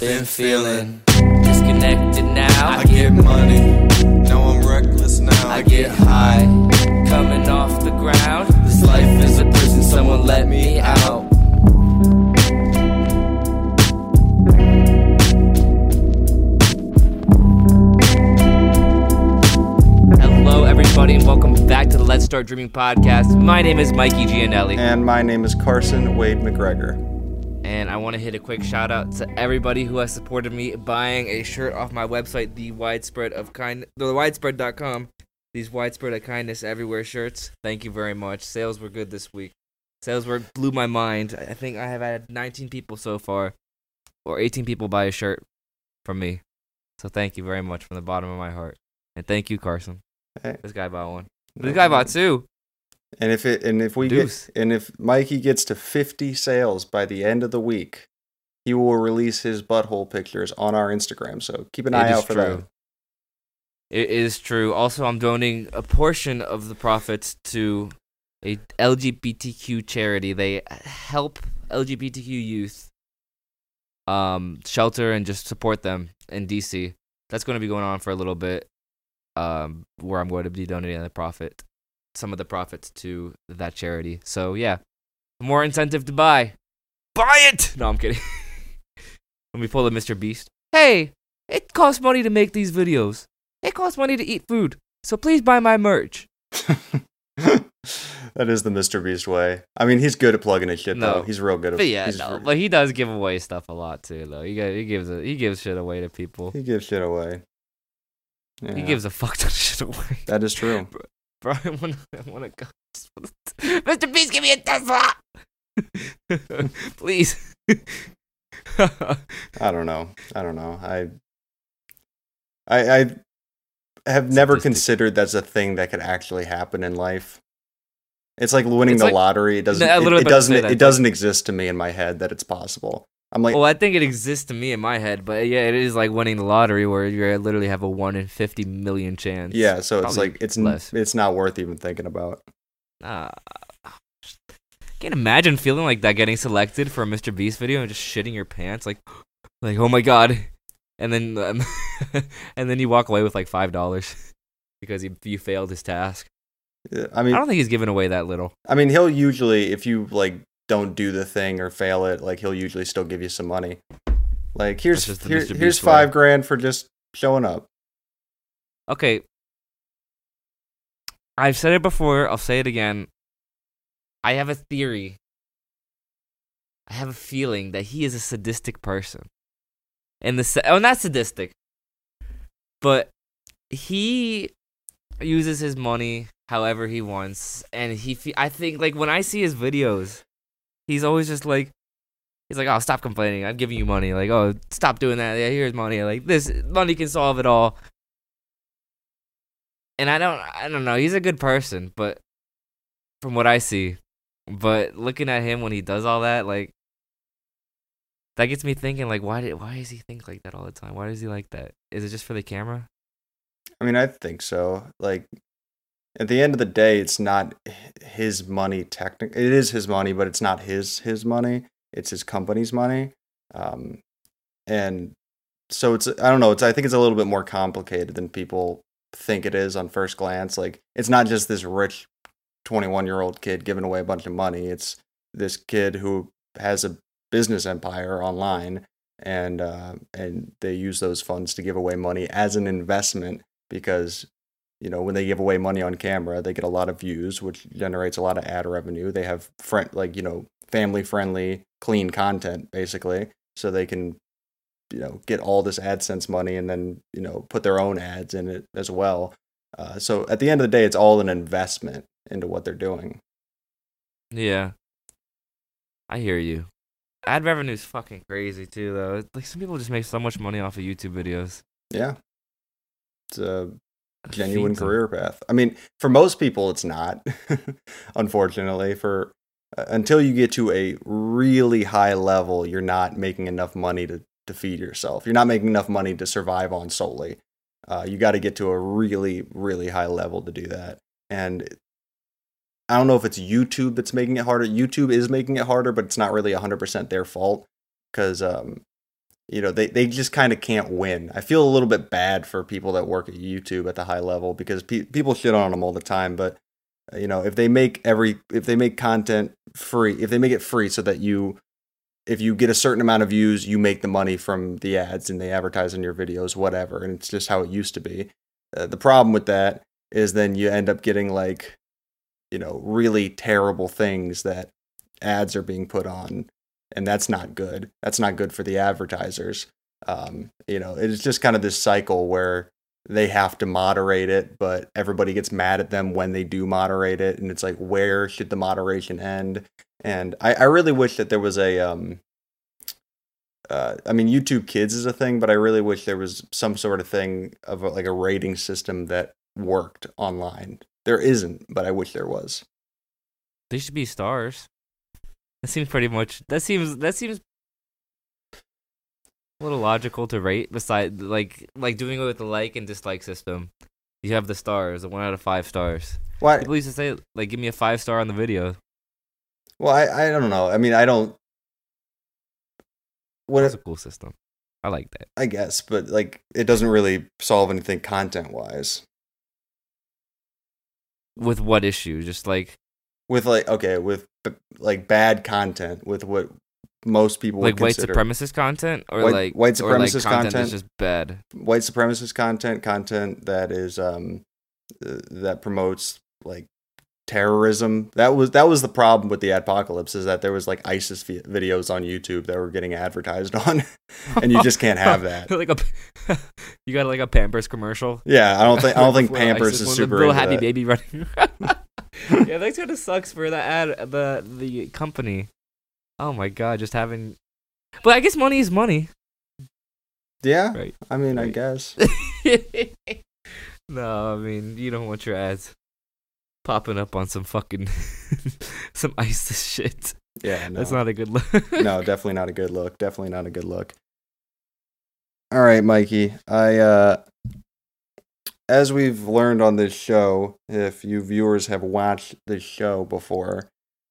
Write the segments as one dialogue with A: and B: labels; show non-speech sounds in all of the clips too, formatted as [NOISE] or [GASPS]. A: Been feeling.
B: Disconnected now.
A: I get money. No, I'm reckless now. I get high.
B: coming off the ground.
A: This life is a prison. Someone let me out.
B: Hello, everybody, and welcome back to the Let's Start Dreaming podcast. My name is Mikey Gianelli,
C: And my name is Carson Wade McGregor.
B: and I want to hit a quick shout out to everybody who has supported me buying a shirt off my website, the widespread of kind, the widespread.com. These widespread of kindness everywhere shirts. Thank you very much. Sales were good this week. Sales were blew my mind. I I think I have had 19 people so far, or 18 people buy a shirt from me. So thank you very much from the bottom of my heart, and thank you, Carson.
C: Hey.
B: This guy bought one. This guy bought two.
C: And if it and if we
B: Deuce.
C: get and if Mikey gets to 50 sales by the end of the week, he will release his butthole pictures on our Instagram. So keep an
B: It
C: eye
B: is
C: out for that.
B: It is true. Also, I'm donating a portion of the profits to a LGBTQ charity. They help LGBTQ youth um, shelter and just support them in DC. That's going to be going on for a little bit, um, where I'm going to be donating the profit, some of the profits to that charity. So yeah, more incentive to buy. Buy it. No, I'm kidding. [LAUGHS] Let me pull the Mr. Beast. Hey, it costs money to make these videos. It costs money to eat food. So please buy my merch.
C: that [LAUGHS] is the Mr. Beast way. I mean, he's good at plugging his shit
B: No.
C: though. He's real good at
B: But yeah,
C: he's
B: no,
C: re-
B: but he does give away stuff a lot too, though. He got, he gives a, he gives shit away to people.
C: he gives shit away. Yeah,
B: He gives a fuck ton of shit away.
C: [LAUGHS] that is true.
B: Bro, [LAUGHS] I want to I wanna go. just wanna- Mr. Beast, give me a Tesla! [LAUGHS] Please. [LAUGHS]
C: I don't know. I don't know. I I, I have never
B: Sadistic.
C: considered that's a thing that could actually happen in life. It's like winning
B: It's
C: the
B: like-
C: lottery. It doesn't.
B: I literally
C: it- it,
B: about to
C: doesn't.
B: say
C: It,
B: that.
C: doesn't exist to me in my head that it's possible. I'm like,
B: well, I think it exists to me in my head, but yeah, it is like winning the lottery where you literally have a 1 in 50 million chance.
C: yeah. So it's
B: probably
C: like it's n-
B: less.
C: it's not worth even thinking about.
B: Uh, can't imagine feeling like that, getting selected for a Mr. Beast video and just shitting your pants, like, [GASPS] like oh my god, and then um, [LAUGHS] and then you walk away with like five dollars [LAUGHS] because he, you failed his task.
C: Uh, I
B: I
C: mean, I,
B: don't think he's giving away that little.
C: mean, he'll usually if you like don't do the thing or fail it, like he'll usually still give you some money. Like here's
B: just the
C: here-
B: Mr. Beast
C: here's
B: way.
C: five grand for just showing up.
B: Okay, I've said it before. I'll say it again. I have a theory. I have a feeling that he is a sadistic person. And the sa- oh, not sadistic, but he uses his money however he wants, and he. Fe- I think like when I see his videos, he's always just like, he's like, oh, stop complaining. I'm giving you money. Like, oh, stop doing that. Yeah, here's money. Like this money can solve it all. And I don't, I don't know. He's a good person, but from what I see, but looking at him when he does all that, like that gets me thinking. Like, why did, why does he think like that all the time? Why does he like that? Is it just for the camera?
C: I mean, I think so. Like at the end of the day, it's not h- his money. Technic, it is his money, but it's not his his money. It's his company's money, um, and so it's. I don't know. It's. I think it's a little bit more complicated than people think it is on first glance. Like it's not just this rich twenty one year old kid giving away a bunch of money. It's this kid who has a business empire online and uh, and they use those funds to give away money as an investment because you know when they give away money on camera they get a lot of views which generates a lot of ad revenue they have friend like you know family friendly clean content basically so they can you know get all this AdSense money and then you know put their own ads in it as well uh, so at the end of the day it's all an investment into what they're doing
B: Yeah. I hear you. Ad revenue's fucking crazy too though. It's Like some people just make so much money off of YouTube videos.
C: yeah it's uh, a
B: It
C: genuine
B: feeds them.
C: career path. I mean, for most people, it's not. [LAUGHS] Unfortunately, for uh, until you get to a really high level, you're not making enough money to to feed yourself. You're not making enough money to survive on solely. Uh, you got to get to a really, really high level to do that. And I don't know if it's YouTube that's making it harder. YouTube is making it harder, but it's not really 100% their fault because, um, you know, they, they just kind of can't win. I feel a little bit bad for people that work at YouTube at the high level because pe- people shit on them all the time. But, uh, you know, if they make every, if they make content free, if they make it free so that you, if you get a certain amount of views, you make the money from the ads and they advertise in your videos, whatever. And it's just how it used to be. Uh, the problem with that is then you end up getting like, you know, really terrible things that ads are being put on. And that's not good. That's not good for the advertisers. Um, you know, it's just kind of this cycle where they have to moderate it, but everybody gets mad at them when they do moderate it. And it's like, where should the moderation end? And I, I really wish that there was a, um, uh, I mean, YouTube Kids is a thing, but I really wish there was some sort of thing of a, like a rating system that worked online. There isn't, but I wish there was.
B: They should be stars. That seems pretty much. That seems that seems a little logical to rate. Beside, like like doing it with the like and dislike system. You have the stars, the one out of five stars.
C: Why?
B: People used to say like, give me a five star on the video.
C: Well, I, I don't know. I mean, I don't. When
B: That's
C: it,
B: a cool system. I like that.
C: I guess, but like it doesn't really solve anything content wise.
B: With what issue? Just like
C: With like okay, with b- like bad content, with what most people
B: like
C: would
B: white
C: consider
B: supremacist content or
C: White-
B: like
C: white
B: or like
C: supremacist
B: that's
C: content?
B: just bad.
C: white supremacist content, content that is um uh, that promotes like terrorism. That was that was the problem with the apocalypse is that there was like ISIS vi- videos on YouTube that were getting advertised [LAUGHS] on,
B: [LAUGHS]
C: and you just can't have that.
B: like a, [LAUGHS] you got like a Pampers commercial.
C: Yeah, I don't think I don't
B: [LAUGHS]
C: think
B: With little ISIS
C: Pampers is
B: woman,
C: super.
B: Little
C: Into
B: happy
C: that.
B: baby running. [LAUGHS] yeah, that kind of sucks for the ad, the the company. Oh my god, just having. But I guess money is money. [LAUGHS]
C: Yeah,
B: Right.
C: I mean, I
B: Right. [LAUGHS]
C: guess.
B: no, I mean you don't want your ads popping up on some fucking [LAUGHS] some ISIS shit.
C: Yeah, no.
B: That's not [LAUGHS] a good look.
C: [LAUGHS] no, definitely not a good look. Definitely not a good look. All right, Mikey. I uh as we've learned on this show, if you viewers have watched this show before,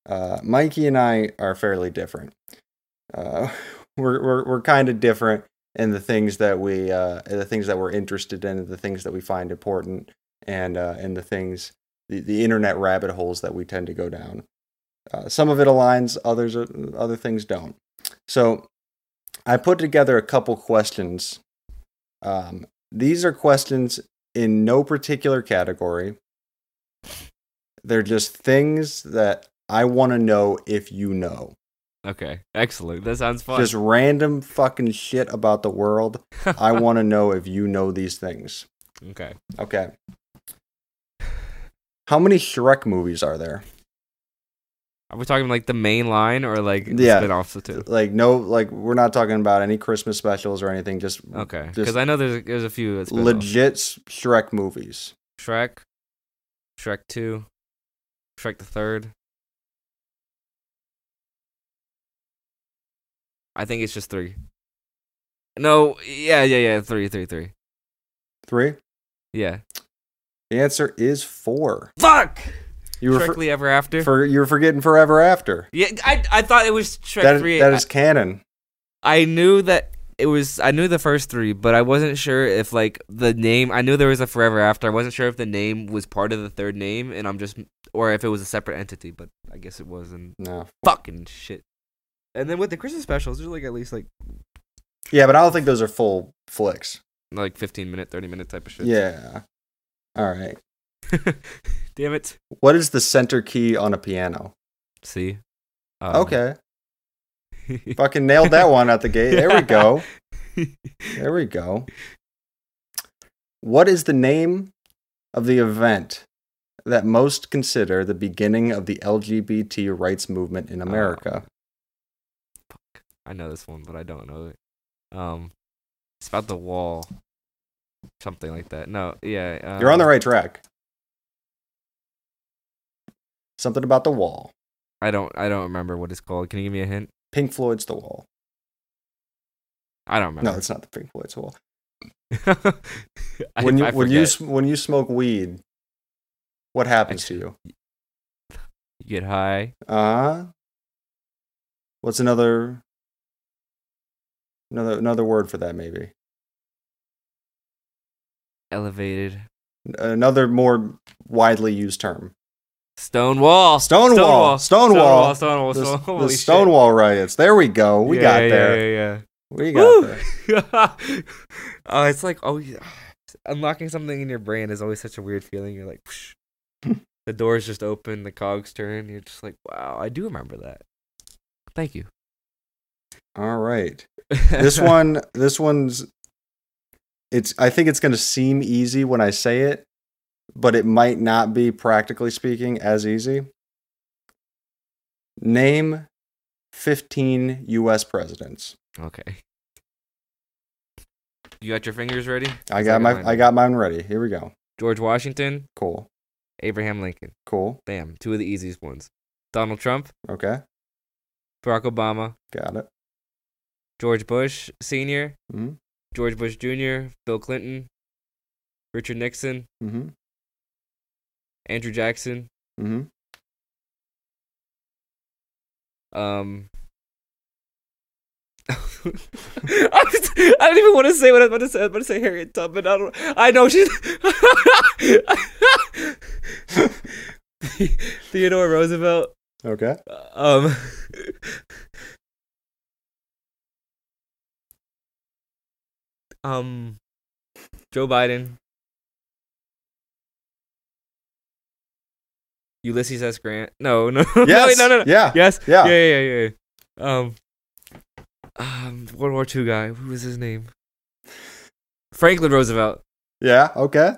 C: uh Mikey and I are fairly different. Uh [LAUGHS] we're we're we're kind of different in the things that we uh in the things that we're interested in, the things that we find important and uh and the things the, the internet rabbit holes that we tend to go down. Uh, some of it aligns, others are- other things don't. So I put together a couple questions. Um, these are questions in no particular category. They're just things that I want to know if you know.
B: okay, excellent. That sounds fun.
C: Just random fucking shit about the world. I want to know if you know these things.
B: okay.
C: Okay. How many Shrek movies are there?
B: Are we talking like the main line or like
C: Yeah.
B: yeah. spin-offs of two?
C: Like no, like we're not talking about any Christmas specials or anything. Just
B: Okay,
C: Just-
B: because I know there's there's a few. That's Legit-
C: legit s- Shrek movies.
B: Shrek, Shrek Two, Shrek the Third. I think it's just three. No, yeah, yeah, yeah, three, three, three.
C: Three.
B: Yeah.
C: The answer is four.
B: Fuck.
C: You were
B: Shrekly Ever After.
C: for, for you were forgetting Forever After.
B: yeah, I I thought it was Shrek
C: That,
B: Three.
C: that is canon.
B: I knew that it was I knew the first three, but I wasn't sure if like the name I knew there was a forever after. I wasn't sure if the name was part of the third name and I'm just or if it was a separate entity, but I guess it was and
C: No.
B: fucking shit. And then with the Christmas specials, there's like at least like
C: Yeah, but I don't think those are full flicks.
B: like 15 minute, 30 minute type of shit.
C: Yeah. All right.
B: Damn it.
C: What is the center key on a piano?
B: See. Um, [LAUGHS]
C: Okay. Fucking nailed that one out the gate. There
B: [LAUGHS]
C: we go. There we go. What is the name of the event that most consider the beginning of the LGBT rights movement
B: Oh.
C: in America?
B: I know this one, but I don't know it. Um it's about the wall. Something like that. No, yeah.
C: You're on the
B: um,
C: right track. Something about the wall.
B: I don't I don't remember what it's called. Can you give me a hint?
C: Pink Floyd's The Wall.
B: I don't remember.
C: No, it's not the Pink Floyd's Wall.
B: I-
C: When
B: [LAUGHS]
C: you
B: I
C: when you
B: forget.
C: s- when you smoke weed, what happens to you?
B: You get high.
C: Uh What's another another another word for that maybe?
B: Elevated.
C: Another more widely used term.
B: Stonewall.
C: Stonewall.
B: Stonewall. Stonewall. [LAUGHS]
C: Stonewall. The,
B: Stonewall.
C: the Stonewall riots. There we go. We got there.
B: Yeah,
C: We
B: yeah.
C: got there.
B: [LAUGHS] Woo! oh, Uh, it's like oh, yeah. [SIGHS] unlocking something in your brain is always such a weird feeling. You're like, [LAUGHS]
C: [LAUGHS]
B: Psh. the doors just open, the cogs turn. You're just like, wow, I do remember that. Thank you.
C: All right.
B: [LAUGHS]
C: This one this one's it's I think it's going to seem easy when I say it, but it might not be practically speaking as easy. Name 15 US presidents.
B: Okay. You got your fingers ready?
C: I
B: 'Cause
C: got my
B: mine
C: I
B: ready.
C: got mine ready. Here we go.
B: George Washington,
C: Cool.
B: Abraham Lincoln.
C: Cool.
B: Damn, two of the easiest ones. Donald Trump,
C: Okay.
B: Barack Obama,
C: Got it.
B: George Bush Sr.,
C: Mhm.
B: George Bush Jr., Bill Clinton, Richard Nixon,
C: Mhm.
B: Andrew Jackson,
C: Mhm.
B: Um, [LAUGHS] I don't even want to say what I was about to say. I was about to say Harriet Tubman. I don't. I know she's [LAUGHS] Theodore Roosevelt.
C: Okay.
B: Um. Um, Joe Biden, Ulysses S. Grant. No, [LAUGHS] no, [LAUGHS] no,
C: Yes.
B: no, no, no.
C: [LAUGHS] Yeah.
B: Yes.
C: Yeah.
B: Yeah. Yeah. Yeah. yeah. Um, um, World War II guy. Who was his name? Franklin Roosevelt.
C: Yeah, okay.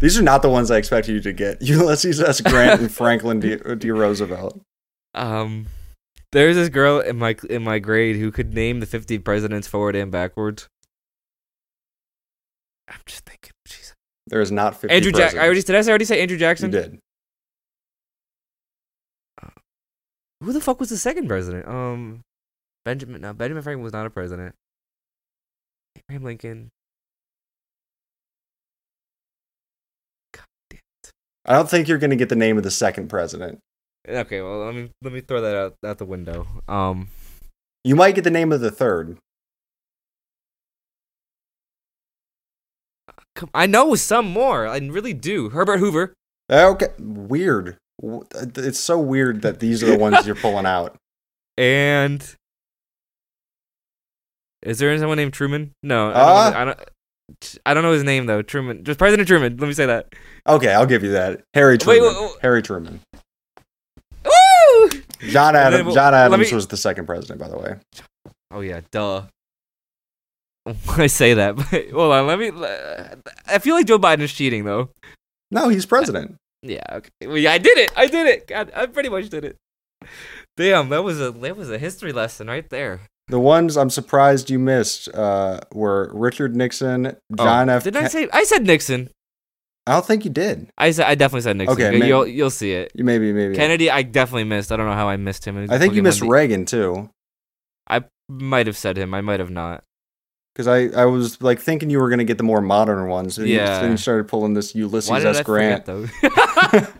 C: These are not the ones I expected you to get. [LAUGHS] Ulysses S. Grant and Franklin D. D. Roosevelt.
B: Um, there's this girl in my in my grade who could name the 50 presidents forward and backwards. I'm just thinking. Jeez.
C: There is not 50
B: Andrew Jackson. I already
C: presidents.
B: did. I say- already say Andrew
C: You
B: Jackson.
C: did.
B: Who the fuck was the second president? Um, Benjamin. No, Benjamin Franklin was not a president. Abraham Lincoln.
C: I don't think you're going to get the name of the second president.
B: Okay, well, let me let me throw that out out the window. Um,
C: You might get the name of the third.
B: Come, I know some more. I really do. Herbert Hoover.
C: Okay. Weird. W- It's so weird that these are the ones you're pulling out.
B: And is there someone named Truman? No, I don't,
C: Uh?
B: know, I don't. I don't know his name though. Truman, just President Truman. Let me say that.
C: Okay, I'll give you that. Harry
B: Wait,
C: Truman.
B: wait, wait.
C: Harry Truman.
B: Woo!
C: John
B: And then
C: Adams.
B: we'll-
C: John
B: let
C: Adams
B: me-
C: was the second president, by the way.
B: Oh yeah, duh. [LAUGHS] I say that, [LAUGHS] but hold on. Let me. I feel like Joe Biden is cheating though.
C: No, he's president.
B: Yeah. Okay. Well, yeah, I did it. I did it. God, I pretty much did it. Damn, that was a that was a history lesson right there.
C: The ones I'm surprised you missed uh, were Richard Nixon, John F.
B: Did
C: Ken-
B: Oh. I say I said Nixon?
C: I don't think you did.
B: I said I definitely said Nixon.
C: Okay,
B: Okay,
C: man.
B: you'll you'll see it.
C: You maybe maybe.
B: Kennedy, I definitely missed. I don't know how I missed him.
C: I think you
B: Fucking
C: missed
B: Monday-
C: Reagan too,
B: I might have said him. I might have not.
C: because I, I was like thinking you were gonna get the more modern ones, and
B: Yeah.
C: you, then you started pulling this Ulysses
B: Why did
C: S.
B: I
C: Grant,
B: forget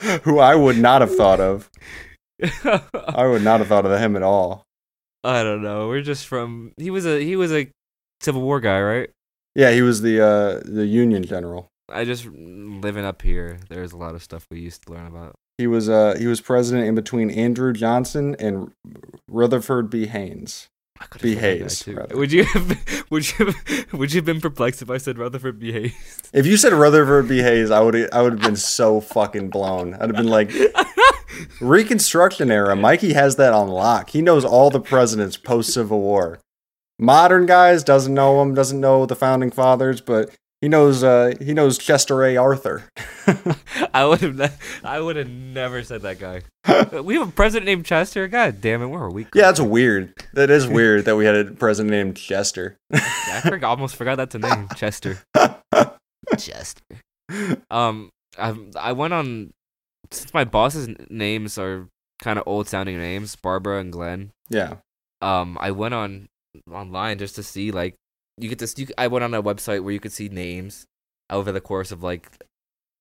B: though?
C: who I would not have thought of. [LAUGHS] I would not have thought of him at all.
B: [LAUGHS] I don't know. We're just from. He was a he was a Civil War guy, right?
C: Yeah, he was the uh, the Union general.
B: I just living up here. There's a lot of stuff we used to learn about.
C: He was uh, he was president in between Andrew Johnson and Rutherford B. Haynes.
B: I could've
C: B.
B: said that guy,
C: Hayes,
B: too.
C: rather.
B: Would you have [LAUGHS] would you have, would you have been perplexed if I said Rutherford B. Hayes?
C: If you said Rutherford B. Hayes, I would I would have been so fucking blown. I'd have been like, Reconstruction era, Mikey has that on lock. He knows all the presidents post Civil War. Modern guys doesn't know him, doesn't know the founding fathers, but he knows uh, he knows Chester A. Arthur. [LAUGHS]
B: [LAUGHS] I would have. Ne- I would have never said that guy. we have a president named Chester. God damn it, we're a weak.
C: Yeah, that's weird. That is weird that we had a president named Chester.
B: I forgot, almost forgot that's a name, Chester. Chester. Um, I I went on since my boss's n- names are kind of old sounding names, Barbara and Glenn.
C: yeah.
B: Um, I went on online just to see like you get this. You, I went on a website where you could see names over the course of like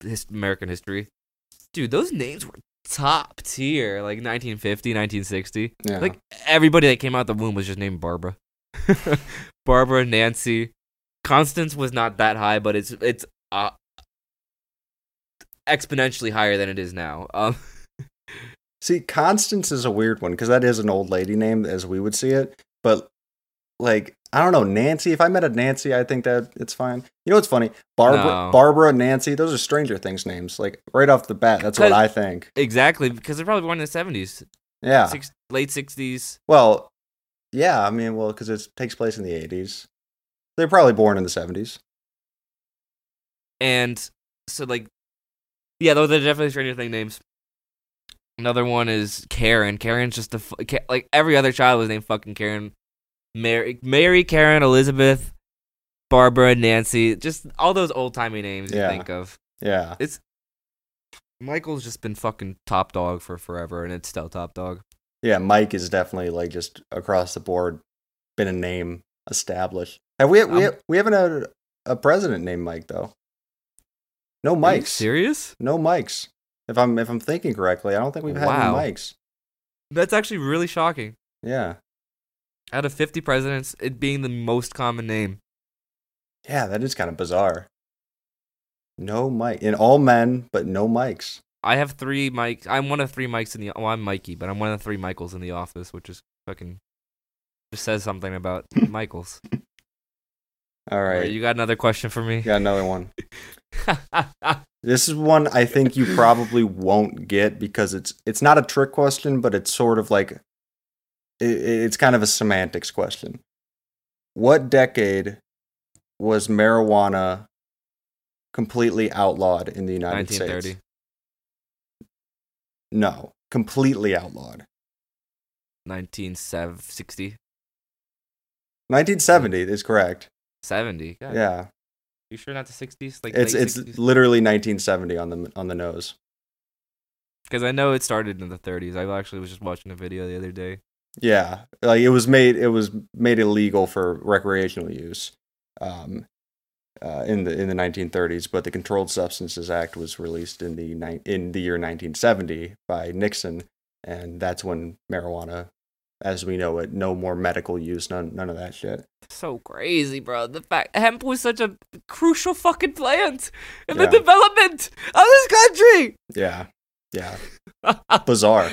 B: his, American history. Dude, those names were top tier, like 1950, 1960.
C: Yeah.
B: Like everybody that came out the womb was just named Barbara. [LAUGHS] Barbara, Nancy, Constance was not that high, but it's it's uh, exponentially higher than it is now. Um, [LAUGHS]
C: See, Constance is a weird one because that is an old lady name as we would see it. But like, I don't know, Nancy. If I met a Nancy, I think that it's fine. You know what's funny? Barbara,
B: No.
C: Barbara, Nancy. Those are Stranger Things names. Like right off the bat, that's what
B: Because-
C: I think.
B: exactly, because they're probably born in the 70s,
C: Yeah.
B: six, late 60s.
C: Well, yeah. I mean, well, because it takes place in the eighties. They're probably born in the seventies.
B: And so, like, yeah, those are definitely Stranger Thing names. Another one is Karen. Karen's just a fu- Ka- like every other child was named fucking Karen, Mary, Mary, Karen, Elizabeth, Barbara, Nancy, just all those old timey names
C: Yeah.
B: you think of.
C: Yeah.
B: Michael's just been fucking top dog for forever, and it's still top dog.
C: Yeah. Mike is definitely like just across the board been a name established. Have we? we,
B: Um,
C: we haven't had a president named Mike though. No
B: Are you
C: Mikes.
B: serious?
C: No mics. If I'm if I'm thinking correctly, I don't think we've had
B: Wow.
C: any mics.
B: That's actually really shocking.
C: Yeah.
B: Out of fifty presidents, it being the most common name.
C: Yeah, that is kind of bizarre. No mic. In all men, but no mics.
B: I have three mics. I'm one of three mics in the. Well, I'm Mikey, but I'm one of the three Michaels in the office, which is fucking just says something about Michaels.
C: All
B: All right,
C: right.
B: you got another question for me?
C: Got another one.
B: [LAUGHS]
C: This is one I think you probably won't get because it's it's not a trick question, but it's sort of like it, it's kind of a semantics question. What decade was marijuana completely outlawed in the United States?
B: 1930.
C: No, completely outlawed.
B: 1960.
C: 1970
B: Hmm.
C: is correct.
B: 70. God,
C: Yeah,
B: You sure not the 60s? Like
C: it's
B: late
C: it's
B: 60s?
C: literally 1970 on the on the nose.
B: Because I know it started in the 30s. I actually was just watching a video the other day.
C: Yeah, like it was made it was made illegal for recreational use, um, uh, in the in the 1930s. But the Controlled Substances Act was released in the ni- in the year 1970 by Nixon, and that's when marijuana, as we know it, no more medical use, none none of that shit.
B: So crazy, bro. The fact hemp was such a crucial fucking plant in
C: Yeah.
B: the development of this country.
C: Yeah, yeah, bizarre,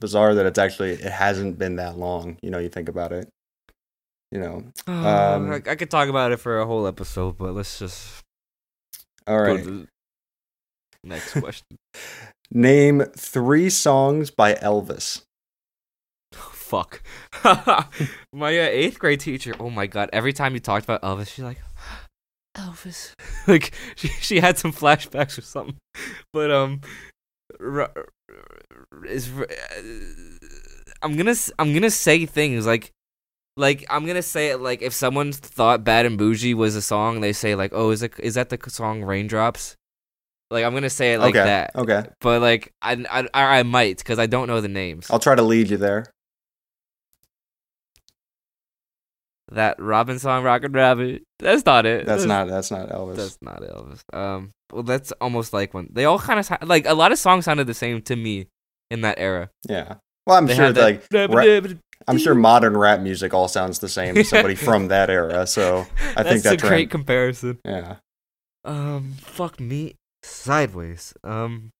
C: bizarre that it's actually it hasn't been that long. You know, you think about it. You know, Um,
B: Oh, I, I could talk about it for a whole episode, but let's just
C: all
B: go
C: right.
B: to the next question.
C: Name three songs by Elvis.
B: Fuck. [LAUGHS] my uh, eighth grade teacher. Oh my god. Every time you talked about Elvis, she's like, [GASPS] Elvis. [LAUGHS] like she she had some flashbacks or something. But um, r- r- is r- uh, I'm gonna s- I'm gonna say things like. Like I'm gonna say it like if someone thought "Bad and Bougie" was a song, they say like, "Oh, is it is that the song Raindrops?" Like I'm gonna say it like
C: okay.
B: that,
C: Okay.
B: but like I I I I might because I don't know the names.
C: I'll try to lead you there.
B: That Robin song, Rocket Rabbit. That's not it.
C: That's not that's not Elvis.
B: Uh, That's not Elvis. Um, well, that's almost like one. They all kind of sound, like a lot of songs sounded the same to me in that era.
C: yeah. Well, I'm
B: They
C: sure
B: had that-
C: like ra- I'm sure modern rap music all sounds the same to somebody
B: [LAUGHS]
C: from that era. So I
B: that's
C: think that
B: a great
C: trend.
B: comparison.
C: yeah.
B: Um, fuck me sideways. Um,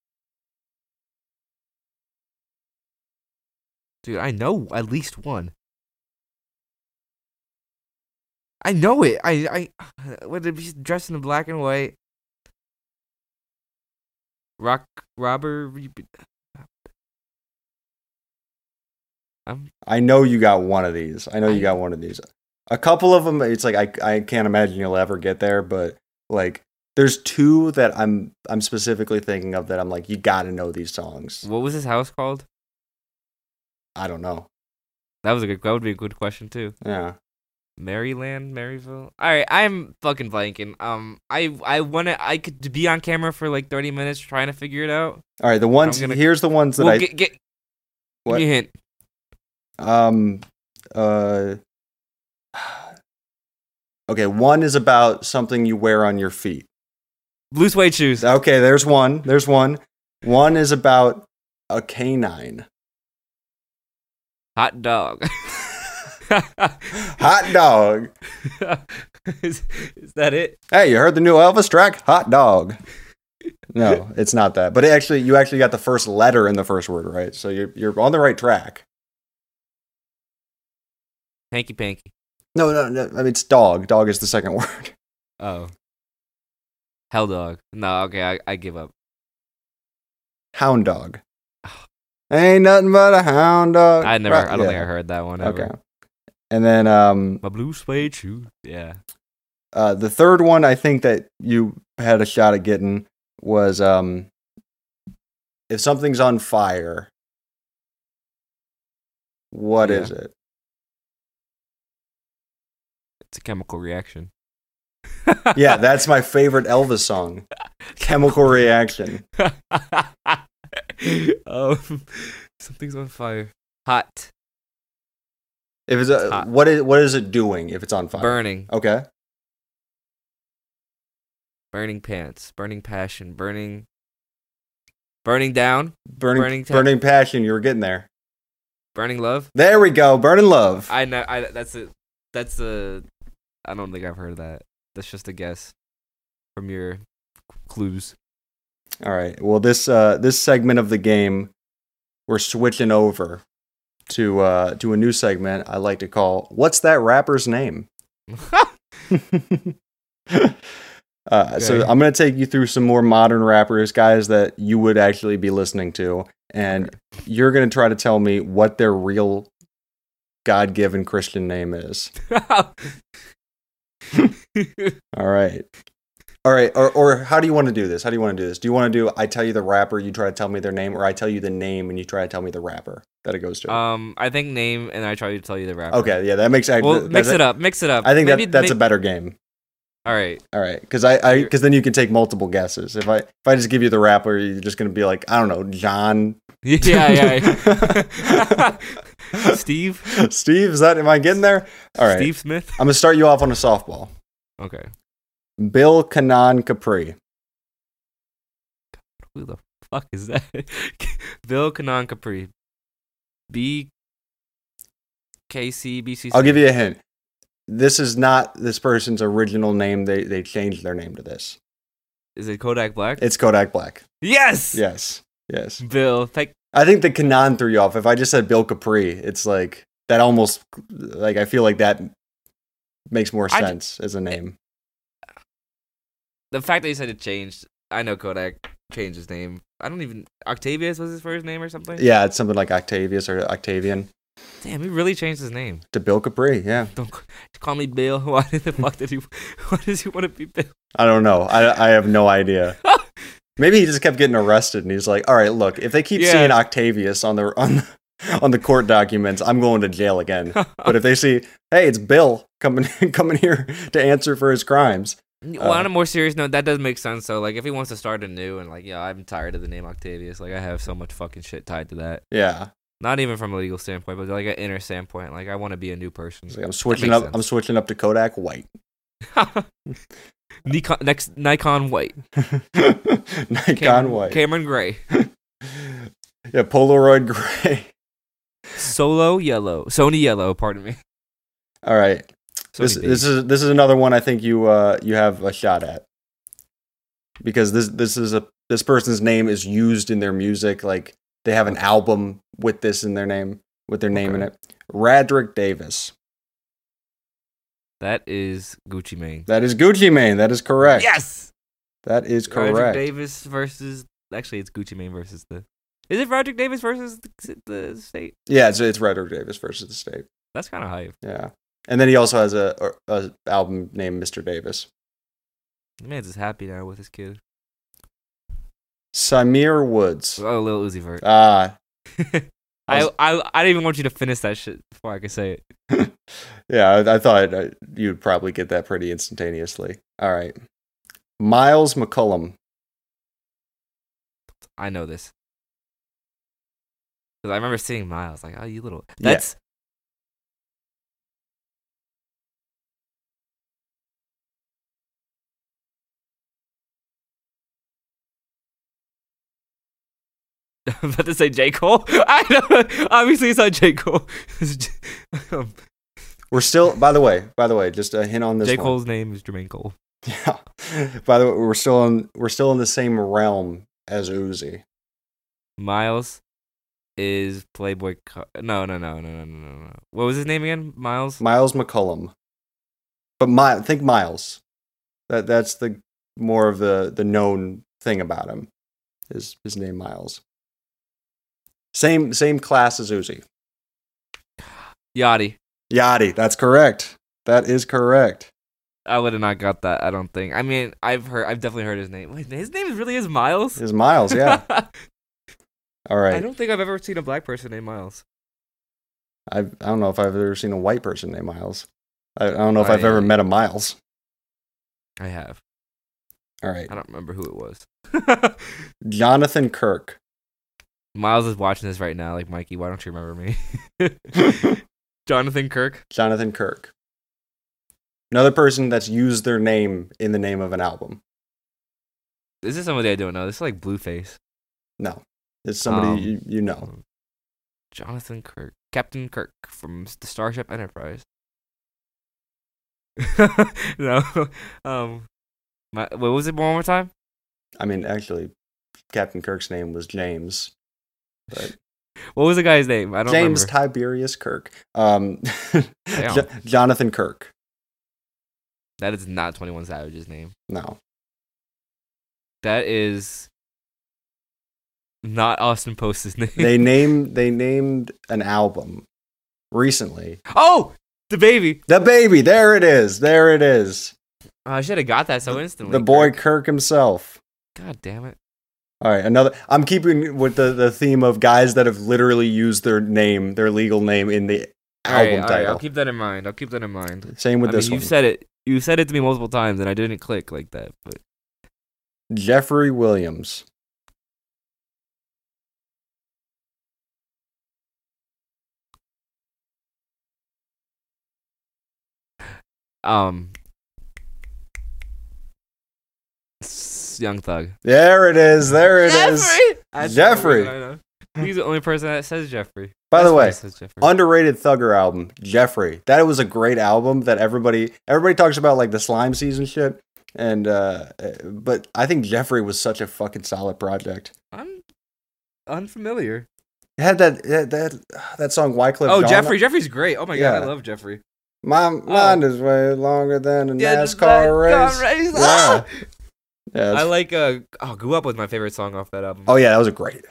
B: dude, I know at least one. I know it. I I [SIGHS] what did he's dressed in black and white. Rock robber.
C: I know you got one of these. I know you
B: I-
C: got one of these. A couple of them it's like I I can't imagine you'll ever get there, but like there's two that I'm I'm specifically thinking of that I'm like you got to know these songs.
B: What was his house called?
C: I don't know.
B: That was a good. That would be a good question too.
C: Yeah.
B: Maryland, Maryville. All right, I'm fucking blanking. Um, I I wanna I could be on camera for like 30 minutes trying to figure it out.
C: All right, the ones
B: gonna-
C: here's the ones that
B: Well,
C: I
B: get, get,
C: What?
B: give me a hint.
C: Um, uh, okay, one is about something you wear on your feet.
B: Blue suede shoes.
C: Okay, there's one. There's one. One is about a canine.
B: Hot dog. [LAUGHS]
C: Hot dog.
B: is, is that it?
C: Hey, you heard the new Elvis track? Hot dog. No, it's not that. But it actually, you actually got the first letter in the first word right, so you're you're on the right track.
B: Hanky panky.
C: No, no, no. I mean, it's dog. Dog is the second [LAUGHS] word.
B: Oh. Hell dog. No, okay, I, I give up.
C: Hound dog. Ain't nothing but a hound dog.
B: I never.
C: Right,
B: I don't
C: Uh, yeah.
B: think I heard that one. Ever.
C: Okay. And then um,
B: My blue suede shoes. Yeah.
C: uh, the third one I think that you had a shot at getting was um, if something's on fire, What
B: Yeah.
C: is it?
B: It's a chemical reaction.
C: Yeah, that's my favorite Elvis song,
B: [LAUGHS]
C: Chemical Reaction.
B: um, something's on fire. Hot.
C: If it's a,
B: hot.
C: what is what is it doing if it's on fire?
B: Burning.
C: Okay.
B: Burning pants. Burning passion. Burning. Burning down.
C: Burning
B: Burning
C: burning,
B: ta-
C: passion, you were getting there.
B: Burning love.
C: There we go, burning love.
B: I know. I that's a that's a. I don't think I've heard of that. That's just a guess from your clues. [LAUGHS]
C: [LAUGHS] All right. Well, this uh, this segment of the game, we're switching over to uh, to a new segment I like to call "What's that rapper's name." [LAUGHS] Uh, So
B: Okay.
C: I'm gonna take you through some more modern rappers, guys that you would actually be listening to, and you're gonna try to tell me what their real God-given Christian name is. All right. All right. Or, or how do you want to do this? How do you want to do this? Do you want to do I tell you the rapper, you try to tell me their name, or I tell you the name and you try to tell me the rapper that it goes to?
B: um, I think name and I try to tell you the rapper.
C: okay. Yeah, that makes sense.
B: Well, mix it up. Mix it up.
C: I think
B: Maybe-
C: that, that's a
B: may-
C: better game.
B: all right. [LAUGHS]
C: All right, because I, I, because then you can take multiple guesses. If I, if I just give you the rapper, you're just gonna be like, I don't know, John, [LAUGHS]
B: Yeah, yeah.
C: [LAUGHS]
B: yeah. Steve.
C: Steve. Is that? Am I getting there? All right,
B: Steve Smith.
C: I'm gonna start you off on a softball.
B: Okay.
C: Bill Kanan Capri.
B: Who the fuck is that? [LAUGHS] Bill Kanan Capri. B. K C B C.
C: I'll give you a hint. This is not this person's original name. They they changed their name to this.
B: Is it Kodak Black?
C: It's Kodak Black.
B: yes.
C: Yes, yes.
B: Bill. Thank.
C: I think the Kanan threw you off. If I just said Bill Capri, it's like that almost like I feel like that makes more
B: I d-
C: sense as a name.
B: The fact that you said it changed. I know Kodak changed his name. I don't even. Octavius was his first name or something.
C: Yeah, it's something like Octavius or Octavian
B: Damn, he really changed his name.
C: to Bill Capri. Yeah,
B: Don't c- call me Bill. [LAUGHS] Why
C: [LAUGHS]
B: the fuck did he? Why does he want to be Bill?
C: I don't know. I I have
B: [LAUGHS]
C: no idea. Maybe he just kept getting arrested, and he's like, "All right, look, if they keep
B: Yeah.
C: seeing Octavius on the on on the court documents, I'm going to jail again." But if they see, hey, it's Bill coming [LAUGHS] coming here to answer for his crimes,
B: well, on a more serious note, that does make sense. So, like, if he wants to start anew and like, yeah, I'm tired of the name Octavius. Like, I have so much fucking shit tied to that.
C: yeah,
B: Not even from a legal standpoint, but like an inner standpoint. Like, I want to be a new person.
C: he's like, I'm switching
B: makes
C: up. I'm switching up to Kodak White, [LAUGHS]
B: [LAUGHS] Nikon, next Nikon White,
C: Nikon
B: Cameron,
C: White,
B: Cameron Gray,
C: yeah, Polaroid Gray. [LAUGHS]
B: Solo Yellow, Sony Yellow. Pardon me.
C: All right,
B: Sony
C: this,
B: beige.
C: this is this is another one I think you uh, you have a shot at because this this is a this person's name is used in their music like they have an album with this in their name with their name in
B: Okay.
C: it. Radrick Davis.
B: that is Gucci Mane.
C: That is Gucci Mane. That is correct.
B: Yes.
C: That is
B: Roderick
C: correct.
B: Davis versus actually it's Gucci Mane versus the. Is it Roderick Davis versus the, the state?
C: Yeah, it's, it's Radrick Davis versus the state.
B: That's kind of hype.
C: Yeah, and then he also has a, or- a album named Mr. Davis.
B: The man's just happy now with his kid.
C: Samir Woods.
B: Oh, little Uzi Vert.
C: Ah,
B: [LAUGHS] I, I I didn't even want you to finish that shit before I could say it.
C: yeah, I, I thought uh, you'd probably get that pretty instantaneously. All right, Miles McCullum.
B: I know this. Cause I remember seeing Miles like, oh, you little.
C: Yeah.
B: That's [LAUGHS] I'm about to say J Cole. [LAUGHS] I don't, obviously, it's not J Cole. [LAUGHS] It's J- um,
C: We're still, by the way, by the way, just a hint on this.
B: J
C: one.
B: Cole's name is Jermaine Cole.
C: [LAUGHS] Yeah. By the way, we're still in we're still in the same realm as Uzi.
B: Miles is Playboy. Car- no, no, no, no, no, no, no. no. What was his name again? Miles.
C: Miles McCullum. But my think Miles. That that's the more of the the known thing about him. Is his name Miles. Same same class as Uzi.
B: Yachty.
C: Yachty, that's correct. That
B: [LAUGHS]
C: is correct.
B: I would have not got that. I don't think. I mean, I've heard. I've definitely heard his name. Wait, his name really is Miles.
C: Is
B: [LAUGHS]
C: Miles, yeah. All
B: I
C: right.
B: don't think I've ever seen a black person named Miles.
C: I, I don't know if I've ever seen a white person named Miles. I, I don't know if
B: I-
C: I've ever met a Miles.
B: I have.
C: All right.
B: I don't remember who it was.
C: [LAUGHS] Jonathan Kirk.
B: Miles is watching this right now. Like Mikey, why don't you remember me?
C: [LAUGHS]
B: Jonathan Kirk.
C: Jonathan Kirk. Another person that's used their name in the name of an album.
B: This is somebody I don't know. This is like Blueface.
C: No, it's somebody
B: Um,
C: you, you know.
B: Jonathan Kirk, Captain Kirk from s- the Starship Enterprise. [LAUGHS] no, [LAUGHS] um, my, what was it? One more time.
C: I mean, actually, Captain Kirk's name was James. But
B: What was the guy's name? I don't
C: James
B: remember.
C: Tiberius Kirk. Um, [LAUGHS] Jo- Jonathan Kirk.
B: that is not Twenty One Savage's name.
C: No.
B: That is not Austin Post's [LAUGHS] name.
C: They named, they named an album recently.
B: oh, the baby. Oh,
C: The Baby. There it is. There it is.
B: I should have got that so instantly.
C: The boy
B: Kirk.
C: Kirk himself.
B: God damn it.
C: All right, another. I'm keeping with the, the theme of guys that have literally used their name, their legal name, in the
B: Alright,
C: album
B: alright,
C: title.
B: I'll keep that in mind. I'll keep that in mind.
C: Same with
B: I
C: this
B: mean,
C: one.
B: you've said it. You said it to me multiple times, and I didn't click like that. But
C: Jeffrey Williams.
B: um, s- Young Thug.
C: There it is. There it is.
B: That's the
C: Jeffrey!
B: only one I know. He's the only person that says Jeffrey.
C: By the
B: That's why
C: way,
B: it says Jeffrey.
C: Underrated Thugger album, Jeffrey. That was a great album that everybody everybody talks about like the slime season shit. And uh uh, but I think Jeffrey was such a fucking solid project.
B: I'm unfamiliar.
C: It had that it had that that [SIGHS] song Wycliffe.
B: Oh,
C: Jean-
B: Jeffrey. Oh. Jeffrey's great. Oh my god, I
C: Yeah.
B: love Jeffrey.
C: My mind is way longer than a
B: this
C: NASCAR
B: NASCAR
C: race.
B: race.
C: Yeah.
B: Ah!
C: Yeah, that's
B: I like. Uh, oh, grew up with my favorite song off that album.
C: Oh yeah, that was a great.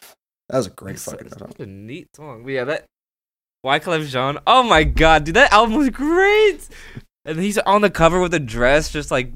C: That was a great
B: It's
C: fucking
B: such
C: song.
B: a neat song. But yeah, that Wyclef Jean. Oh my god, dude, that album was great. And he's on the cover with a dress, just like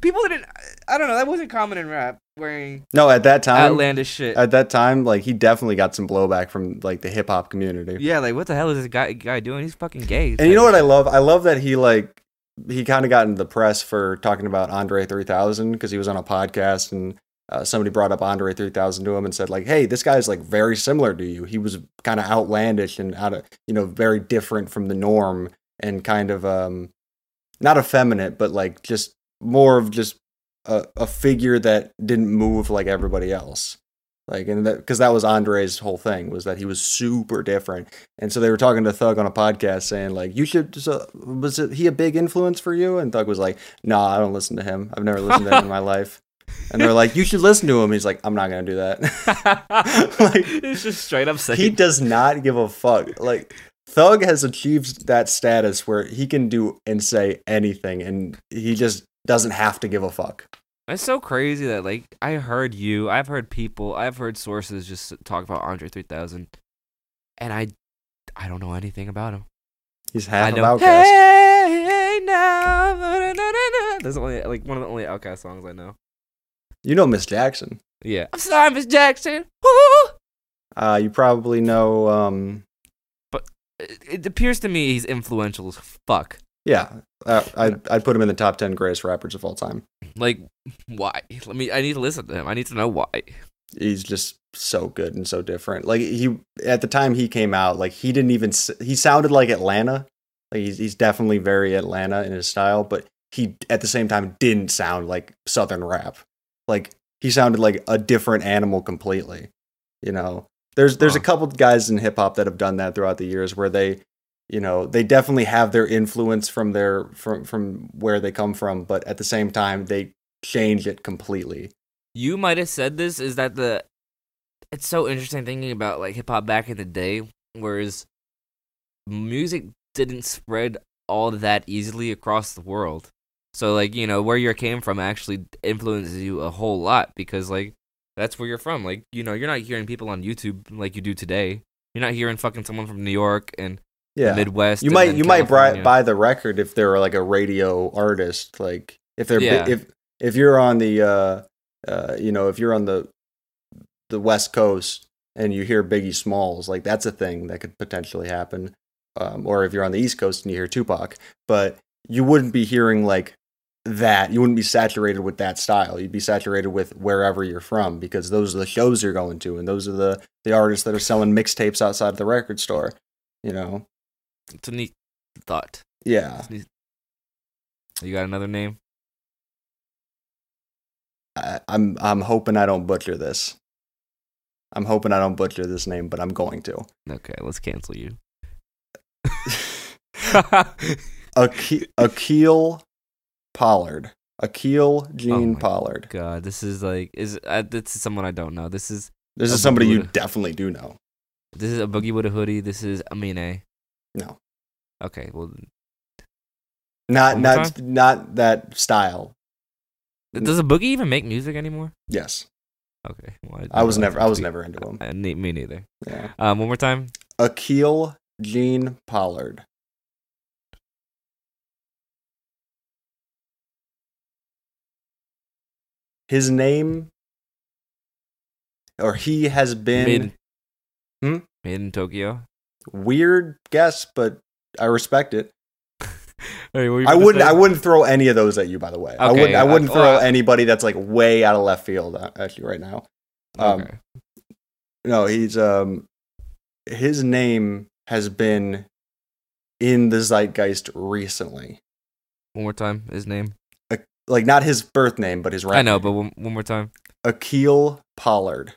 B: people didn't. I don't know. That wasn't common in rap wearing
C: No, at that time,
B: outlandish shit.
C: at that time, like he definitely got some blowback from like the hip hop community.
B: yeah, like what the hell is this guy guy doing? He's fucking gay.
C: And you know
B: [LAUGHS]
C: what I love? I love that he like he kind of got into the press for talking about Andre 3000 because he was on a podcast and uh, somebody brought up Andre 3000 to him and said like, "Hey, this guy's like very similar to you. He was kind of outlandish and out of you know very different from the norm and kind of um not effeminate, but like just more of just a, a figure that didn't move like everybody else." Like and that because that was Andre's whole thing was that he was super different and so they were talking to Thug on a podcast saying like, "You should." So, was it, he a big influence for you? And Thug was like, "No, I don't listen to him. I've never listened to him in my life." And they're like, "You should listen to him." He's like, "I'm not gonna do that." [LAUGHS] Like,
B: it's just straight up saying
C: he does not give a fuck. Like Thug has achieved that status where he can do and say anything, and he just doesn't have to give a fuck.
B: It's so crazy that like I heard you, I've heard people, I've heard sources just talk about Andre 3000, and I, I don't know anything about him.
C: He's half
B: I
C: of
B: know.
C: Outcast.
B: Hey, now, na, na, na, na. That's the only like one of the only Outcast songs I know.
C: You know Miss Jackson.
B: Yeah. I'm sorry, Miss Jackson. Woo!
C: Uh, you probably know. Um,
B: It, it appears to me he's influential as fuck.
C: yeah, uh, I, I'd put him in the top ten greatest rappers of all time.
B: Like, why? Let me. I need to listen to him. I need to know why.
C: he's just so good and so different. Like he at the time he came out, like he didn't even s- he sounded like Atlanta. Like he's he's definitely very Atlanta in his style, but he at the same time didn't sound like southern rap. Like he sounded like a different animal completely. You know, There's there's a
B: Huh.
C: couple guys in hip hop that have done that throughout the years where they, you know, they definitely have their influence from their from from where they come from, but at the same time they change it completely.
B: you might have said this is that the it's so interesting thinking about like hip hop back in the day whereas music didn't spread all that easily across the world so like you know where you came from actually influences you a whole lot because like that's where you're from like you know you're not hearing people on youtube like you do today you're not hearing fucking someone from new york and
C: Yeah.
B: the midwest
C: you
B: and
C: might
B: then
C: you might buy,
B: California.
C: buy the record if they're like a radio artist like if they're bi-
B: Yeah.
C: if if you're on the uh uh you know if you're on the the west coast and you hear biggie smalls like that's a thing that could potentially happen um or if you're on the east coast and you hear tupac but you wouldn't be hearing like that you wouldn't be saturated with that style you'd be saturated with wherever you're from because those are the shows you're going to and those are the the artists that are selling mixtapes outside of the record store you know
B: it's a neat thought
C: yeah
B: you got another name
C: I, I'm I'm hoping I don't butcher this. I'm hoping I don't butcher this name, but I'm going to.
B: okay let's cancel
C: [LAUGHS]
B: you [LAUGHS] [LAUGHS]
C: Ake- Akil Pollard. Akil Gene
B: Oh my
C: Pollard.
B: God, this is like is uh, this is someone I don't know. This is
C: This
B: Oh,
C: is somebody you
B: dude.
C: definitely do know.
B: this is a boogie with a hoodie. This is Amine.
C: No.
B: Okay, well
C: Not
B: One more
C: not not that style.
B: th- does a boogie even make music anymore?
C: Yes.
B: Okay, well, didn't
C: I was
B: realize
C: never I was
B: it
C: never into him.
B: I, ne- me neither.
C: Yeah.
B: Um, one more time.
C: Akil Gene Pollard. His name or he has been
B: Made,
C: Hmm?
B: made in Tokyo.
C: weird guess, but I respect it.
B: Hey, what were you
C: I
B: gonna
C: wouldn't.
B: say?
C: I wouldn't throw any of those at you. By the way, I
B: Okay,
C: wouldn't. I
B: uh,
C: wouldn't throw
B: well, I-
C: anybody that's like way out of left field at at you right now. Um,
B: Okay.
C: No, he's um, his name has been in the zeitgeist recently.
B: One more time. His name.
C: Like not his birth name, but his rap.
B: I know, but one, one more time. [LAUGHS]
C: Akil Pollard.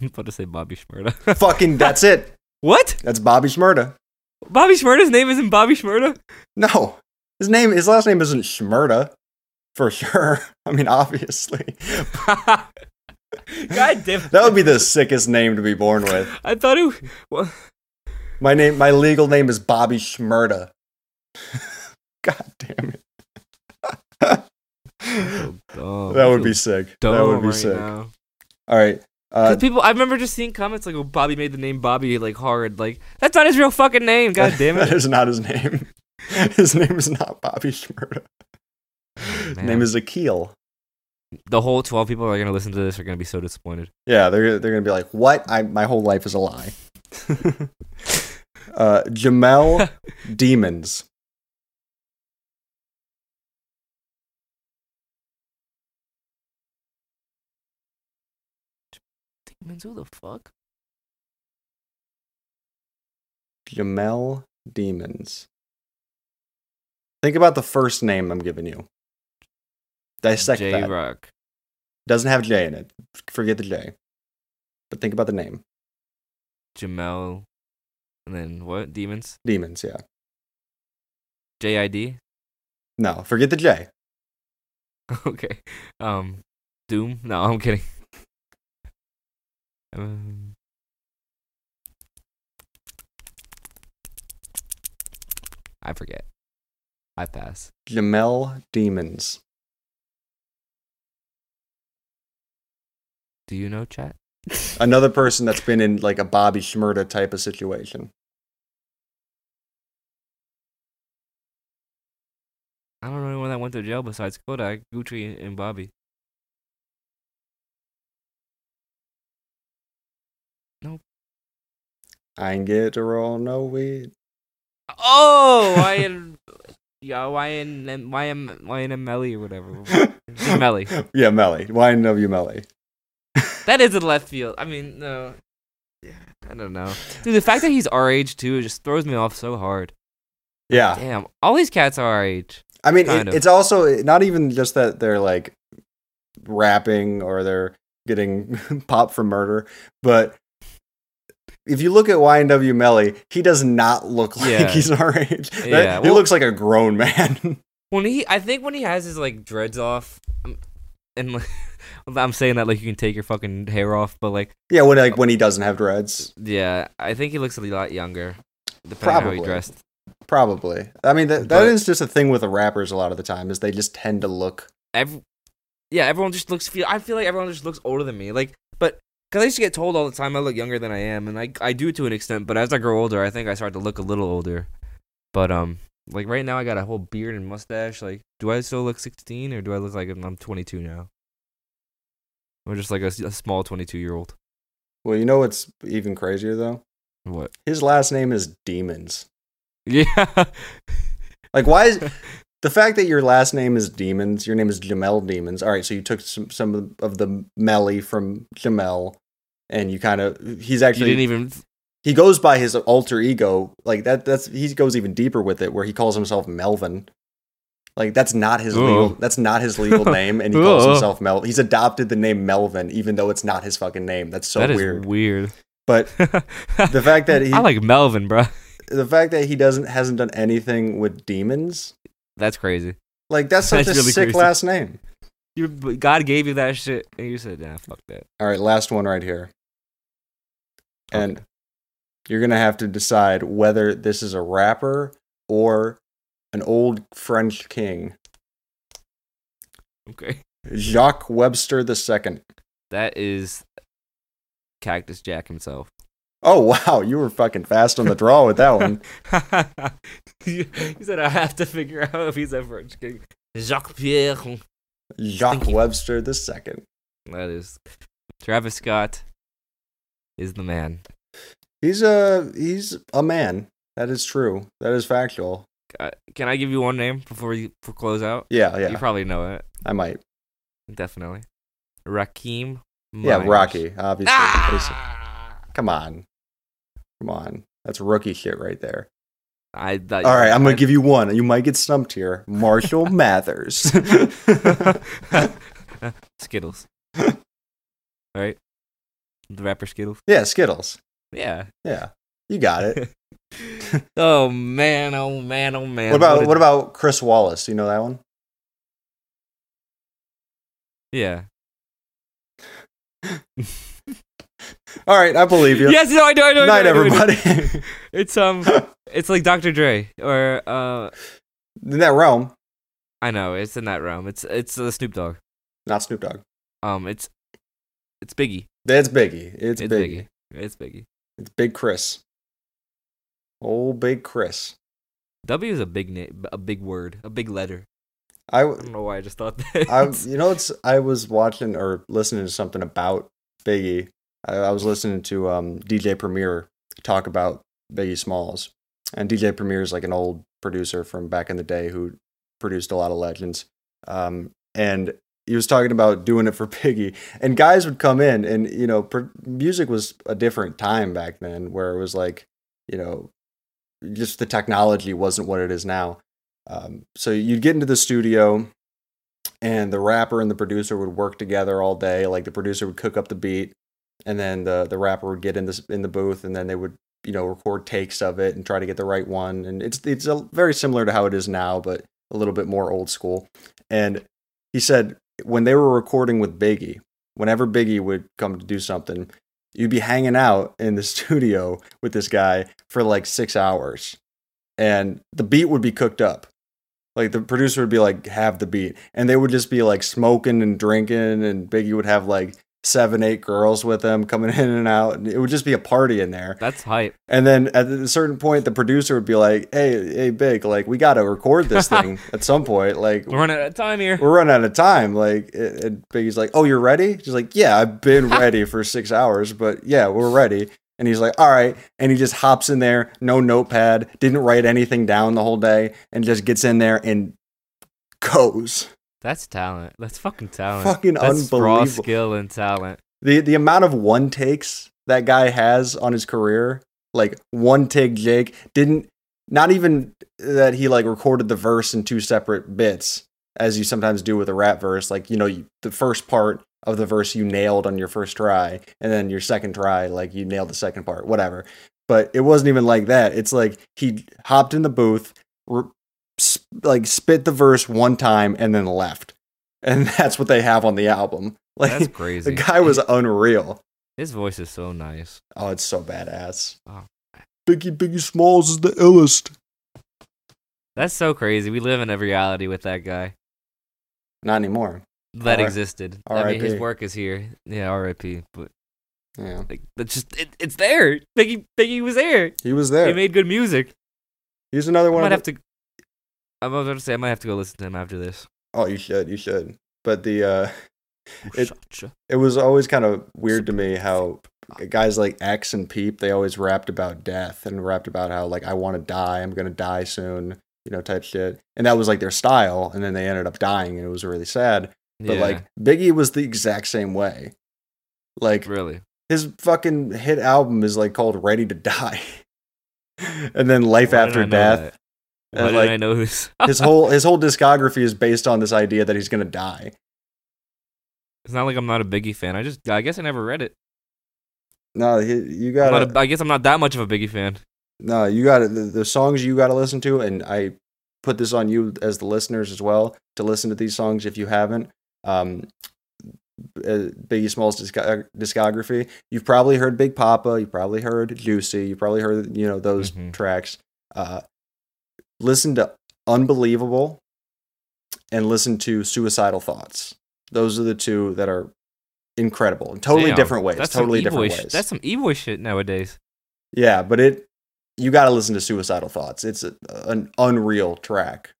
B: I'm about to say Bobby Shmurda. [LAUGHS]
C: Fucking. That's it.
B: what?
C: That's Bobby Shmurda.
B: Bobby Shmurda's name isn't Bobby Shmurda.
C: No, his name. His last name isn't Shmurda, for sure. [LAUGHS] I mean, obviously.
B: [LAUGHS] God damn.
C: That would be the sickest name to be born with.
B: I thought it. Well,
C: My name, my legal name is Bobby Schmurda. [LAUGHS] God damn it. [LAUGHS] that would be sick. That would be sick. All right. Uh,
B: Because people, I remember just seeing comments like, "Oh, Bobby made the name Bobby like hard." Like that's not his real fucking name.
C: [LAUGHS]
B: God damn
C: that
B: it.
C: is not his
B: [LAUGHS]
C: name. His name is not Bobby Schmurda. His
B: Oh, Man.
C: name is Akil.
B: the whole twelve people who are gonna listen to this are gonna be so disappointed.
C: Yeah, they're they're gonna be like, what? I my whole life is
B: [LAUGHS]
C: a lie. uh, Jamel
B: [LAUGHS]
C: Demons.
B: Demons, who the fuck?
C: Jamel Demons. Think about the first name I'm giving you. Dissect
B: J
C: that.
B: Rock.
C: Doesn't have J in it. Forget the J. But think about the name.
B: Jamel, and then what? Demons.
C: Demons, yeah.
B: J I D.
C: No, forget the J.
B: [LAUGHS] Okay. Um, Doom. No, I'm kidding. [LAUGHS] Um, I forget. I pass.
C: Jamel Demons.
B: Do you know [LAUGHS] chat?
C: Another person that's been in like a Bobby Schmurda type of situation.
B: I don't know anyone that went to jail besides Kodak, Gucci, and Bobby.
C: I ain't get to roll no weed. [LAUGHS]
B: [LAUGHS] Oh, why in yeah, why in why am why in Melly or whatever? [LAUGHS] Melly.
C: Yeah, Melly. YNW Melly.
B: That is a left field. I mean, no. Yeah, I don't know, dude. The fact that he's our age too just throws me off so hard.
C: Yeah.
B: Damn, all these cats are our age.
C: I mean,
B: Kind
C: it,
B: of.
C: it's also not even just that they're like rapping or they're getting [LAUGHS] pop for murder, but if you look at YNW Melly, he does not look like
B: Yeah.
C: he's our age. That-
B: Yeah,
C: he
B: well-
C: looks like a grown man. [LAUGHS]
B: When he, I think when he has his like dreads off, um, and like, [LAUGHS] I'm saying that like you can take your fucking hair off, but like,
C: yeah, when like when he doesn't have dreads,
B: yeah, I think he looks a lot younger. Depending on how he
C: Probably.
B: dressed.
C: probably. I mean, that, that
B: But-
C: is just a thing with the rappers a lot of the time is they just tend to look.
B: Every, yeah, everyone just looks. Feel I feel like everyone just looks older than me. Like, but because I used to get told all the time I look younger than I am, and I I do to an extent. But as I grow older, I think I start to look a little older. But um, like right now, I got a whole beard and mustache. Like, do I still look 16 or do I look like I'm 22 now? I'm just like a, s- a small 22 year old.
C: Well, you know what's even crazier though?
B: What? [LAUGHS]
C: His last name is Demons.
B: Yeah.
C: Like, why is
B: [LAUGHS]
C: the fact that your last name is Demons? Your name is Jamel Demons. All right, so you took some some of the Melly from Jamel, and you kind of he's
B: you
C: actually
B: didn't e- even.
C: he goes by his alter ego like that. That's he goes even deeper with it, where he calls himself Melvin. Like that's not his
B: Ooh.
C: legal. That's not
B: [LAUGHS]
C: his legal name, and he calls
B: Ooh.
C: himself Mel. He's adopted the name Melvin, even though it's not his fucking name. That's so
B: that is
C: weird.
B: weird. [LAUGHS]
C: But the fact that he,
B: I like Melvin, bro.
C: the fact that he doesn't hasn't done anything with demons,
B: That's crazy.
C: like that's such
B: That's
C: a
B: really
C: sick
B: crazy.
C: last name.
B: You, but God gave you that shit, and you said, "Nah, fuck that."
C: All right, last one right here. And
B: Okay.
C: you're going to have to decide whether this is a rapper or an old French king.
B: Okay.
C: Jacques Webster II.
B: That is Cactus Jack himself. [LAUGHS]
C: Oh, wow. You were fucking fast on the draw with
B: [LAUGHS]
C: that one.
B: he said, I have to figure out if he's a French king. Jacques Pierre.
C: Jacques
B: Thank you.
C: Webster II.
B: That is. Travis Scott is the man.
C: He's a he's a man. That is true. That is factual.
B: Uh, can I give you one name before you for close out?
C: Yeah,
B: You
C: yeah.
B: probably know it.
C: I might.
B: Definitely. Rakim.
C: Yeah,
B: Myers.
C: Rocky, obviously.
B: Ah!
C: Come on. Come on. That's rookie shit right there.
B: I, thought
C: All right, I'm gonna give you one. You might get stumped here.
B: [LAUGHS]
C: Marshall Mathers. [LAUGHS]
B: [LAUGHS] Skittles. All right. The rapper Skittles.
C: yeah, Skittles.
B: Yeah.
C: Yeah, you got it.
B: oh man, oh man, oh [LAUGHS] man.
C: what about
B: a-
C: what about Chris Wallace? You know that one?
B: Yeah.
C: All right, I believe
B: [LAUGHS]
C: you.
B: Yes, no, I know, I know. I know, I
C: Night,
B: know, I know.
C: everybody.
B: [LAUGHS]
C: [LAUGHS]
B: It's um, it's like Dr. Dre, or uh,
C: In that realm,
B: I know, it's in that realm. It's it's uh, Snoop Dogg.
C: not Snoop Dogg.
B: Um, it's it's Biggie.
C: That's Biggie. It's,
B: It's,
C: Biggie.
B: Biggie. It's Biggie.
C: It's Big Chris. Old Big Chris.
B: W is a big name, a big word, a big letter.
C: I,
B: I
C: w-
B: don't know why I just thought that. [LAUGHS]
C: I, you know, it's I was watching or listening to something about Biggie. I, I was listening to um, DJ Premier talk about Biggie Smalls, and DJ Premier is like an old producer from back in the day who produced a lot of legends. Um, and he was talking about doing it for [LAUGHS] Biggie, and guys would come in, and you know, pr- music was a different time back then, where it was like, you know, just the technology wasn't what it is now. Um, so you'd get into the studio, and the rapper and the producer would work together all day. Like the producer would cook up the beat, and then the the rapper would get in this in the booth, and then they would you know record takes of it and try to get the right one. And it's it's a, very similar to how it is now, but a little bit more old school. And he said when they were recording with Biggie, whenever Biggie would come to do something, you'd be hanging out in the [LAUGHS] studio with this guy for like six hours, and the beat would be cooked up like the producer would be like have the beat and they would just be like smoking and drinking and biggie would have like seven eight girls with him coming in and out and it would just be a party in there
B: That's hype.
C: and then at a certain point the producer would be like hey hey big like we gotta record this thing at some point like
B: We're running out of time here.
C: we're running out of time like and and biggie's like oh you're ready she's like yeah i've been ready for six hours but yeah we're ready and he's like all right and he just hops in there no notepad didn't write anything down the whole day and just gets in there and goes
B: That's talent. That's fucking talent.
C: Fucking
B: That's Raw
C: unbelievable.
B: skill and talent.
C: the the amount of one takes that guy has on his career like one take jake didn't Not even that he like recorded the verse in two separate bits, as you sometimes do with a rap verse. Like you know, you, the first part of the verse you nailed on your first try, and then your second try, like you nailed the second part, whatever. But it wasn't even like that. It's like he hopped in the booth, re- sp- like spit the verse one time, and then left. And [LAUGHS] that's what they have on the album. Like
B: That's crazy.
C: the guy
B: [LAUGHS]
C: was unreal.
B: His voice is so nice.
C: Oh, it's so badass.
B: Oh.
C: Biggie Biggie Smalls is the illest.
B: That's so crazy. We live in a reality with that guy
C: Not anymore.
B: that
C: R-
B: existed. I mean, his
C: RIP.
B: work is here. Yeah, R.I.P. But
C: Yeah,
B: like, that's just it, it's there. Biggie, Biggie was there.
C: he was
B: He
C: there.
B: made good music.
C: He's another
B: I
C: one.
B: might
C: of
B: have to. I was gonna say I might have to go listen to him after this.
C: the- oh, you should. You should. But the uh,
B: Oh,
C: It-
B: shut- shut-
C: it was always kind of weird to me how guys like X and Peep they always rapped about death and rapped about how like I want to die, I'm gonna die soon, you know, type shit. And that was like their style. And then they ended up dying, and it was really sad. But
B: yeah,
C: like Biggie was the exact same way. Like
B: really,
C: his fucking hit album is like called Ready to Die. [LAUGHS] and then Life
B: Why didn't I
C: After
B: know
C: Death.
B: that? Why
C: and,
B: did
C: like-
B: I know
C: [LAUGHS]
B: who's?
C: His whole his whole discography is based on this idea that he's gonna die.
B: [LAUGHS] it's not like I'm not a Biggie fan. I just I guess I never read it.
C: No, he, you
B: I'm
C: got
B: not a, I guess I'm not that much of a Biggie fan.
C: no, you got to the, the songs you got to listen to, and I put this on you as the listeners as well to listen to these songs if you haven't. Um, uh, Biggie Smalls' discog- discography. You've probably heard Big Papa. You probably heard Juicy. You probably heard you know those
B: Mhm.
C: tracks. Uh, listen to Unbelievable, and listen to Suicidal Thoughts. Those are the two that are incredible in totally
B: Damn,
C: different ways.
B: That's some
C: totally different
B: e-boy
C: ways.
B: sh- That's some e-boy shit nowadays.
C: Yeah, but it you got to listen to Suicidal Thoughts. It's a, an unreal track.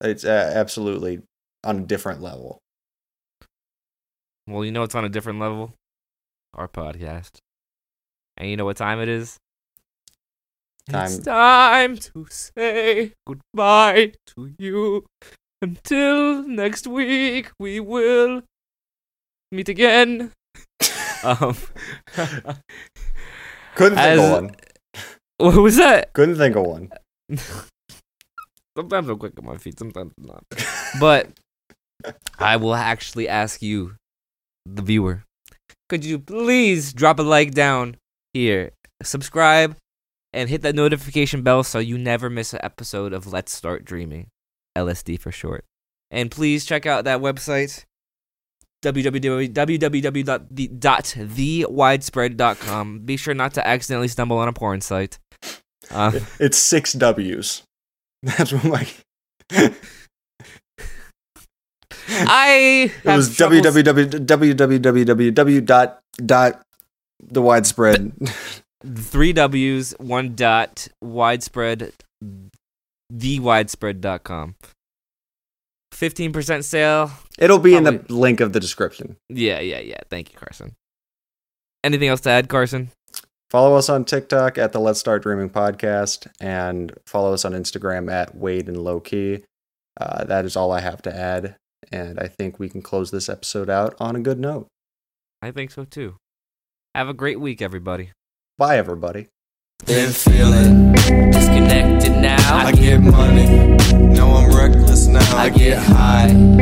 C: It's a, absolutely on a different level.
B: Well, you know it's on a different level. Our podcast. And you know what time it is? It's
C: Time
B: time to say goodbye to you. Until next week, we will meet again. [LAUGHS] um, [LAUGHS]
C: couldn't think of
B: as-
C: one.
B: what was that?
C: Couldn't think of one.
B: Sometimes I'm quick on my feet, sometimes I'm not. But I will actually ask you, the viewer, could you please drop a like down here, subscribe, and hit that notification bell so you never miss an episode of Let's Start Dreaming, LSD for short. And please check out that website, www.thewidespread.com. Be sure not to accidentally stumble on a porn site. Um,
C: It- [LAUGHS] It's six W's. [LAUGHS] That's what my.
B: I
C: [LAUGHS] [LAUGHS] It was www dot dot the widespread.
B: three W's, one dot, widespread, thewidespread.com. 15% sale.
C: [LAUGHS] It'll be in the
B: Probably.
C: link of the description.
B: Yeah, yeah, yeah. Thank you, Carson. Anything else to add, Carson?
C: Follow us on TikTok at the Let's Start Dreaming podcast and follow us on Instagram at Wade and Low Key. Uh, that is all I have to add. And I think we can close this episode out on a good note.
B: I think so too. Have a great week, everybody.
C: Bye, everybody.
A: Been feeling,
B: Disconnected now.
A: I get money. No, I'm reckless now. I get high.